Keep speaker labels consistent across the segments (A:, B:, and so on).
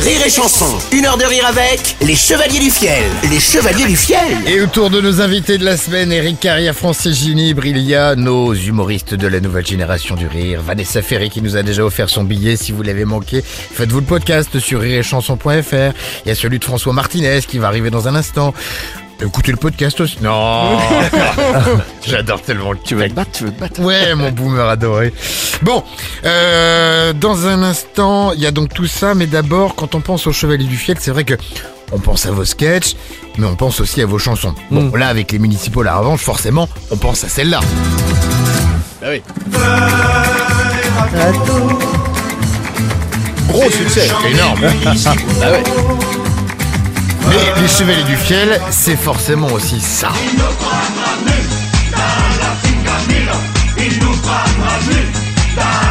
A: Rire et Chanson, une heure de rire avec les Chevaliers du Fiel. Les Chevaliers du Fiel
B: Et autour de nos invités de la semaine, Eric Carrière, Francis Gini, Brilia, nos humoristes de la nouvelle génération du rire, Vanessa Ferry qui nous a déjà offert son billet, si vous l'avez manqué, faites-vous le podcast sur rireetchanson.fr. Il y a celui de François Martinez qui va arriver dans un instant. Écoutez le podcast aussi. Non J'adore tellement le
C: Tu veux te battre, tu veux te battre.
B: Ouais, mon boomer adoré. Bon, euh, dans un instant, il y a donc tout ça, mais d'abord, quand on pense au Chevalier du Fiel, c'est vrai que on pense à vos sketchs, mais on pense aussi à vos chansons. Bon,
C: Mm.
B: là, avec les municipaux, la revanche, forcément, on pense à celle-là.
C: Bah oui.
B: Gros succès, énorme.
C: Bah ouais.
B: Mais les Chevaliers du Fiel, c'est forcément aussi ça.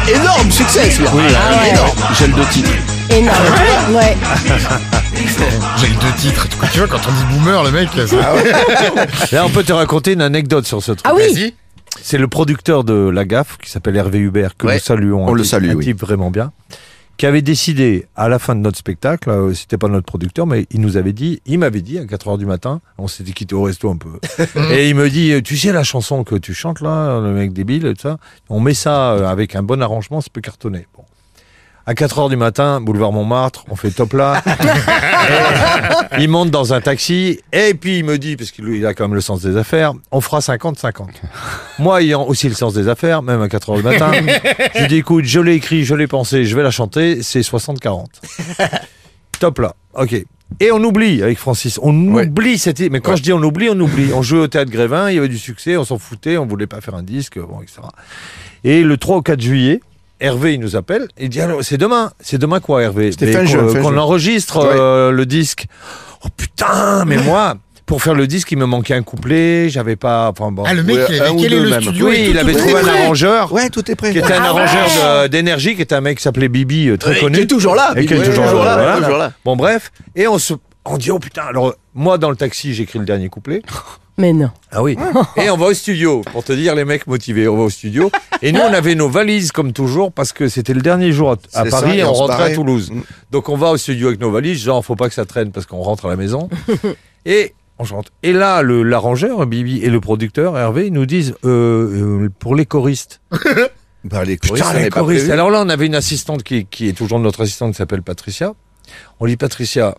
C: Énorme succès celui-là. Oui, énorme. J'ai le deux titres.
D: Énorme. Ouais.
B: J'ai les deux titres. Tu vois, quand on dit boomer, le mec, ça...
C: Ah
E: Là, on peut te raconter une anecdote sur ce truc.
D: Ah oui.
B: Vas-y.
E: C'est le producteur de La Gaffe, qui s'appelle Hervé Hubert, que
C: Ouais,
E: nous saluons.
C: on
E: un
C: le
E: type-
C: salue,
E: un
C: oui.
E: type vraiment bien. Qui avait décidé, à la fin de notre spectacle, euh, c'était pas notre producteur, mais il nous avait dit, il m'avait dit, à 4 heures du matin, on s'était quitté au resto un peu. et il me dit, euh, tu sais la chanson que tu chantes là, le mec débile, et tout ça, on met ça euh, avec un bon arrangement, ça peut cartonner. Bon. À 4 heures du matin, boulevard Montmartre, on fait top là. Et il monte dans un taxi et puis il me dit, parce qu'il il a quand même le sens des affaires, on fera 50-50. Moi, ayant aussi le sens des affaires, même à 4 heures du matin, je lui dis, écoute, je l'ai écrit, je l'ai pensé, je vais la chanter, c'est 60-40. Top là, ok. Et on oublie avec Francis, on
C: Ouais.
E: oublie cette idée. Mais quand je dis on oublie, on oublie. On jouait au théâtre Grévin, il y avait du succès, on s'en foutait, on voulait pas faire un disque, bon, etc. Et le 3 ou 4 juillet, Hervé, il nous appelle. Il dit alors, c'est demain. C'est demain quoi, Hervé
C: C'était
E: Mais
C: fin
E: qu'on-
C: juin, fin
E: Qu'on
C: juin.
E: enregistre euh, le disque. Oh putain, mais moi, pour faire le disque, il me manquait un couplet. J'avais pas. Enfin bon.
B: Ah, le mec,
C: Ouais,
B: il
E: Euh,
C: un
B: avait
C: ou
B: quitté
C: deux
B: le
C: même.
B: studio.
E: oui,
B: et tout,
E: il avait
B: tout
E: trouvé
B: était
E: un
B: prêt.
E: arrangeur.
C: Ouais, tout est prêt.
E: Qui était un arrangeur de- d'énergie, qui était un mec qui s'appelait Bibi, euh, très
C: Ouais,
E: connu.
C: qui est toujours là,
E: Et qui
C: Bibi,
E: est toujours,
C: ouais, toujours
E: là,
C: là,
E: voilà.
C: toujours là.
E: Bon, bref. Et on se, on dit, oh putain. Alors, moi, dans le taxi, j'écris le dernier couplet.
D: Mais non.
E: Ah oui. Et on va au studio, pour te dire, les mecs motivés, on va au studio. Et nous, on avait nos valises, comme toujours, parce que c'était le dernier jour à, à
C: C'est ça,
E: Paris
C: et
E: et
C: on
E: on
C: se
E: rentrait
C: barrait. Mm.
E: à Toulouse. Donc, on va au studio avec nos valises, genre, faut pas que ça traîne parce qu'on rentre à la maison. et on chante. Et là, le- l'arrangeur, Bibi, et le producteur, Hervé, ils nous disent, euh, euh, pour les choristes.
C: Bah, les choristes,
E: Putain,
C: on n'est
E: les
C: pas
E: choristes.
C: prévus.
E: Alors là, on avait une assistante qui, qui est toujours notre assistante, qui s'appelle Patricia. On lui dit, Patricia,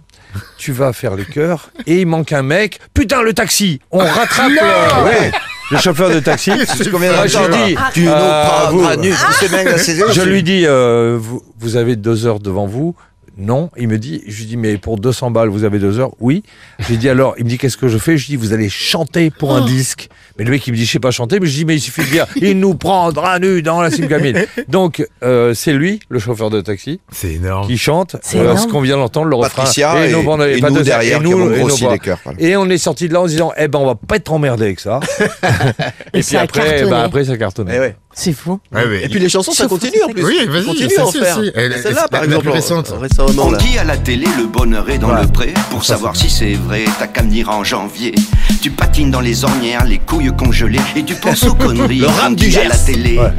E: tu vas faire les chœurs. Et il manque un mec. Putain, le taxi On rattrape le, ouais, le chauffeur de taxi.
C: C'est combien de
E: Ah, je
C: temps,
E: dis,
C: là Tu Ah,
E: euh,
C: nous
E: vous.
C: prends nu, tu sais bien que c'est
E: Je lui dis, euh, vous, vous avez deux heures devant vous non, il me dit, je lui dis, mais pour 200 balles, vous avez deux heures Oui. Je lui dis, alors, il me dit, qu'est-ce que je fais Je lui dis, vous allez chanter pour
D: Oh.
E: un disque. Mais le mec, il me dit, je sais pas chanter, mais je lui dis, mais il suffit de dire, il nous prendra nu dans la Simgamine. Donc, euh, c'est lui, le chauffeur de taxi,
B: C'est énorme.
E: qui chante
D: C'est
E: euh,
D: énorme.
E: ce qu'on vient d'entendre, le refrain.
C: Oh. Patricia et-
E: nos bandes-
C: et
E: pas
C: nous
E: de-
C: derrière,
E: et
C: qui avons
E: et nos
C: grossi
E: bandes.
C: les chœurs, voilà.
E: Et on est sorti de là en se disant, eh ben, on va pas être emmerdé avec ça. et puis
D: ça a
E: après,
D: cartonné.
E: bah, après, ça cartonnait.
C: Eh ouais.
D: C'est fou.
B: Ouais, mais-
C: Et puis les chansons, ça continue en plus.
B: Oui, vas-y,
C: continue
B: ça,
C: à en
B: si,
C: faire.
B: si. Elle-
C: Celle-là,
B: la-
C: par
B: la
C: exemple,
B: plus récente.
C: récemment,
F: On
C: là.
F: dit à la télé le bonheur est dans
E: Voilà.
F: le pré Pour savoir si c'est vrai, t'as qu'à me dire en janvier Tu patines dans les ornières, les couilles congelées Et tu penses aux conneries
C: Le rame
F: On
C: du
F: dit à
C: Gers.
F: la télé
E: Ouais.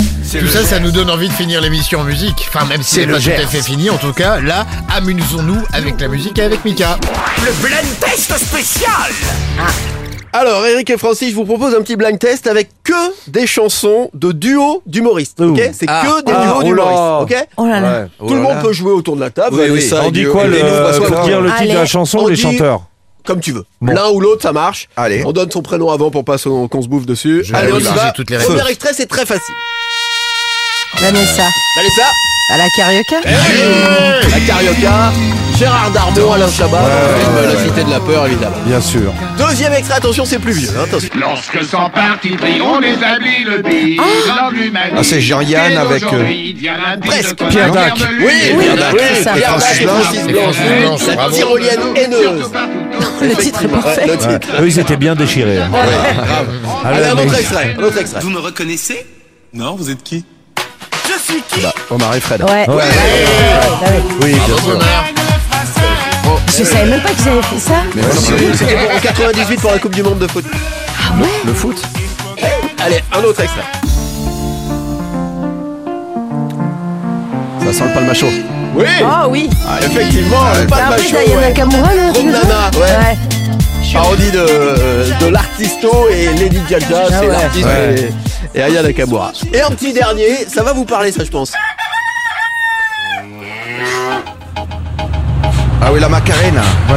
B: Tout ça, ça nous donne envie de finir l'émission en musique. Enfin, même si
E: C'est
B: elle n'est
E: le
B: pas tout à
E: Gers.
B: fait finie, en tout cas, là, amusons-nous avec la musique et avec Mika.
A: Le blind test spécial
G: Alors, Eric et Francis, je vous propose un petit blind test avec que des chansons de duo d'humoristes. Ok C'est
C: Ah.
G: que des
E: Ah,
G: duos
E: oh là.
G: d'humoristes. Ok
D: Oh là là.
E: Ouais.
C: Oh
G: Tout le
C: là
G: monde
C: là.
G: peut jouer autour de la table.
C: Oui,
G: Allez,
C: oui.
G: ça,
E: On dit quoi,
C: Et
E: le,
C: nous, François,
E: faut
C: là,
E: dire le
D: là.
E: titre de la
D: Allez,
E: chanson
G: on
E: ou les
G: dit-
E: chanteurs
G: Comme tu veux.
E: Bon.
G: L'un ou l'autre, ça marche.
C: Allez.
G: On donne son prénom avant pour pas son- qu'on se bouffe dessus.
B: Je
G: Allez,
B: vais
G: on y
B: utiliser
G: va.
B: toutes les
G: Premier
B: réponses.
G: extrait, c'est très facile.
D: Vanessa.
G: Allez, ça.
D: À la carioca.
G: La Carioca. Gérard Darmon, Alain Chabat. film, euh, la cité de la peur, évidemment.
E: Bien sûr.
G: Deuxième extrait, attention, c'est plus vieux. hein, Attention.
H: Lorsque sans parti pris, on établit le pays dans l'humanité.
C: Ah, c'est Gériane
H: Dès
C: avec,
H: d'aujourd'hui, devient un pays
G: presque.
H: de
E: Pierre
H: colère
E: Dac.
H: de
G: Oui,
H: lutte.
G: oui,
C: Pierre Dac.
G: oui,
D: ça.
G: Pierre Dac
C: Francis
G: et
C: Blanche.
G: Francis
B: Et
G: Blanche.
B: Francis Blanche,
G: La
B: bravo.
G: tyrolienne haineuse.
H: Surtout partout, autour
D: Le titre est
G: Ouais,
D: parfait.
G: le titre.
E: Eux, ils étaient bien déchirés. hein. Ah,
G: Allez, un
E: mais-
G: autre extrait, un autre extrait.
F: Vous me reconnaissez
I: Non, vous êtes qui
C: Bah, Omar et Fred.
D: Ouais.
E: Ouais.
D: Ouais.
E: Oui, bien sûr.
B: Bonheur.
G: On,
D: Je savais même pas qu'ils avaient fait ça.
G: C'était pour- en 98 pour la Coupe du Monde de foot.
D: Ah ouais
G: Le foot Allez, un autre extrait.
C: Ça sent le palmachot.
G: Oui
D: Oh oui.
G: Ah, Effectivement, le pas
D: Bah,
G: de
D: après,
G: macho,
D: Diana
G: ouais.
D: Nakamura, non
G: Trop de
D: tu veux
G: nana,
D: dire
G: ouais.
D: Ouais.
G: Parodie de, de l'artisto et Lady Gaga, c'est
D: ouais.
G: l'artiste et, et Aya Nakamura. Et un petit dernier, ça va vous parler ça je pense.
C: Ah oui, la Macarena. La,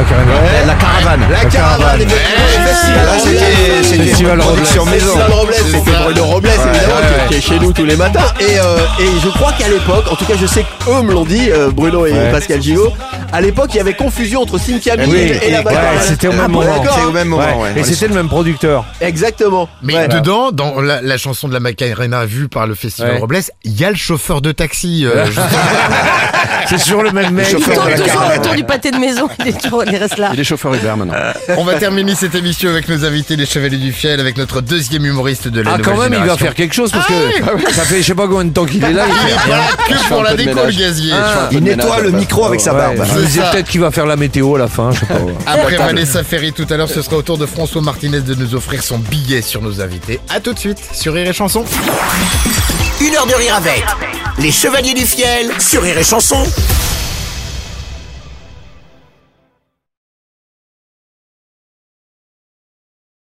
C: la caravane.
G: La caravane,
C: Là, c'était c'était
E: Festival
C: une
E: Robles.
C: production maison.
G: Festival Robles, c'était Bruno Robles évidemment
C: ouais,
G: qui-
C: ouais.
G: qui est chez nous tous les matins et, euh, et je crois qu'à l'époque, en tout cas je sais qu'eux me l'ont dit, euh, Bruno et Pascal Gillot, à l'époque il y avait confusion entre Cynthia
C: Eh
G: Mille
E: Oui,
G: et la
E: ouais,
G: Baccarat.
E: c'était au
G: Ah
E: même
G: bon,
E: moment.
G: d'accord,
C: C'est au même moment, ouais.
E: Et
C: On est
E: c'était le même producteur.
G: Exactement.
B: Mais
G: Ouais.
B: dedans, dans la, la chanson de la Macarena vue par le Festival
E: Ouais.
B: Robles, il y a le chauffeur de taxi. euh, je-
E: C'est toujours le même mec.
D: Il tourne
C: la
D: toujours
C: caravane.
D: autour du pâté de maison. Il est toujours- il reste là.
C: Il est chauffeur Uber maintenant.
B: On va terminer cette émission avec nos invités, les Chevaliers du Fiel, avec notre deuxième humoriste de la
E: Ah,
B: nouvelle
E: quand même, il
B: génération.
E: va faire quelque chose parce que ça fait je sais pas combien de temps qu'il est
C: Ah
E: là.
B: Il est pas
E: Ah,
B: là
C: Je
B: que
C: fais
B: pour
C: un
B: la
C: peu de
B: déco, le
C: ménage.
B: gazier.
C: Il nettoie le micro avec sa barbe.
E: Je me
B: C'est
E: disais
B: ça.
E: peut-être qu'il va faire la météo à la fin, je sais pas. ouais.
B: Après Vanessa Ferry tout à l'heure, ce sera au tour de François Martinez de nous offrir son billet sur nos invités. À tout de suite sur Rire et Chanson.
A: Une heure de rire avec. Les Chevaliers du Fiel sur Rire et Chanson.